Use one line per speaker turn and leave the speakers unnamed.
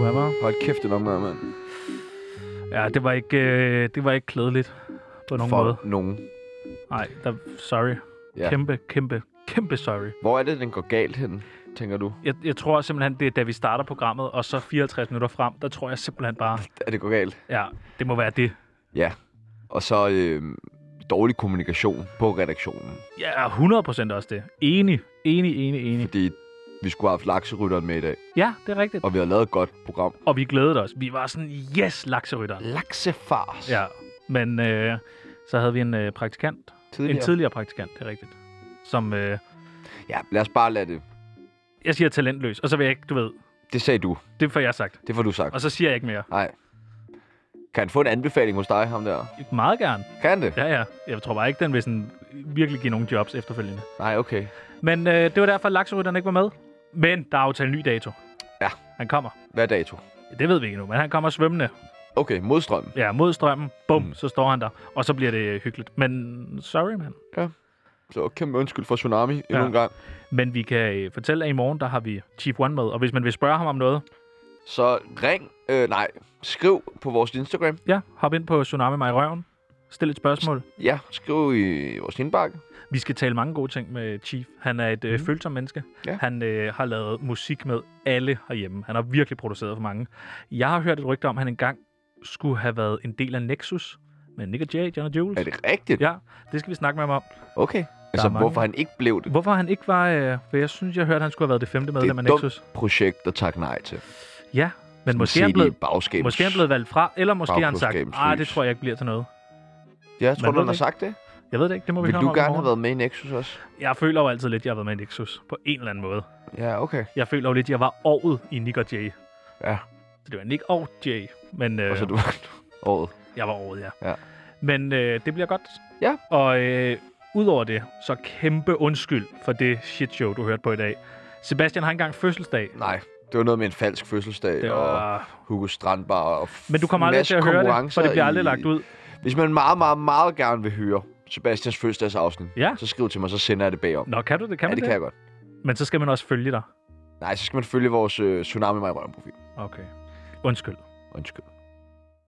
hvad var?
Hold kæft, det omgang, mand.
Ja, det var ikke, øh, det var ikke klædeligt på nogen
For
måde.
nogen.
Nej, der, sorry.
Ja.
Kæmpe, kæmpe, kæmpe sorry.
Hvor er det, den går galt hen, tænker du?
Jeg, jeg tror simpelthen, det er da vi starter programmet, og så 54 minutter frem, der tror jeg simpelthen bare,
At det går galt?
ja, det må være det.
Ja. Og så øh, dårlig kommunikation på redaktionen.
Ja, 100% også det. Enig, enig, enig, enig.
Fordi vi skulle have haft lakserytteren med i dag,
Ja, det er rigtigt.
og vi har lavet et godt program.
Og vi glædede os. Vi var sådan, yes, lakserytter.
Laksefars.
Ja, men øh, så havde vi en øh, praktikant.
Tidligere.
En tidligere praktikant, det er rigtigt. Som, øh,
Ja, lad os bare lade det.
jeg siger talentløs, og så vil jeg ikke, du ved,
Det sagde du.
det får jeg sagt.
Det får du sagt.
Og så siger jeg ikke mere.
Nej. Kan han få en anbefaling hos dig, ham der?
Meget gerne.
Kan han det?
Ja, ja. Jeg tror bare ikke, den vil sådan virkelig give nogen jobs efterfølgende.
Nej, okay.
Men øh, det var derfor, at lakserytteren ikke var med. Men der er aftalt en ny dato.
Ja.
Han kommer.
Hvad er dato?
Det ved vi ikke nu, men han kommer svømmende.
Okay, modstrøm.
Ja, mod strømmen. Bum,
Mm.
mm. så står han der. Og så bliver det øh, hyggeligt. Men sorry, mand.
Så kæmpe undskyld for tsunami endnu
Ja.
en gang.
Men vi kan øh, fortælle, at i morgen, der har vi Chief One med. Og hvis man vil spørge ham om noget,
Så ring, øh, nej, skriv på vores Instagram.
ja, hop ind på Tsunami Mig i Røven. Stil et spørgsmål.
Ja, skriv i vores indbakke.
Vi skal tale mange gode ting med Chief. Han er et øh,
Mm.
følsomt menneske.
Ja.
Han øh, har lavet musik med alle herhjemme. Han har virkelig produceret for mange. Jeg har hørt et rygte om, at han engang skulle have været en del af Nexus med Nick Jay, John og Jules.
Er det rigtigt?
Ja, det skal vi snakke med ham om.
Okay. Altså,
mange.
hvorfor han ikke blev det?
Hvorfor han ikke var... Øh, for jeg synes, jeg hørte, at han skulle have været det femte medlem af
dumt.
Nexus.
Projekt at takke nej til.
Ja, men måske er
Set
han
i
blevet...
bagskabs-
Måske er han blevet valgt fra, eller måske har han sagt,
Bagklodskabens
ah, det
lys."
tror jeg ikke bliver til noget.
Ja, jeg tror,
Man
du,
ved
han har
det
sagt det.
Jeg ved det ikke, det må vi
Vil
høre
du
om i
gerne have
morgen.
været med i Nexus også?
Jeg føler jo altid lidt, jeg har været med i Nexus, på en eller anden måde.
Ja, okay.
Jeg føler jo lidt, jeg var året i Nick og Jay.
Ja.
Så det var Nick og Jay, men øh,
Og så Altså, du året.
jeg var året, ja.
Ja.
Men øh, det bliver godt.
Ja.
Og øh, udover det, så kæmpe undskyld for det shitshow, du hørte på i dag. Sebastian har ikke engang fødselsdag.
Nej, det var noget med en falsk fødselsdag
Det
og
var...
Hugo Strandbar og f-
Men du kommer aldrig
masse
til at høre det,
konkurrencer
for det bliver aldrig
i-
lagt ud.
Hvis man meget, meget, meget gerne vil høre Sebastians fødselsdagsafsnit,
Ja.
så skriv til mig, så sender jeg det bagom.
Nå, kan du det? Kan
ja,
man
det, kan jeg godt.
Men så skal man også følge dig.
Nej, så skal man følge vores øh, Tsunami Mig Røven profil.
Okay. Undskyld.
Undskyld.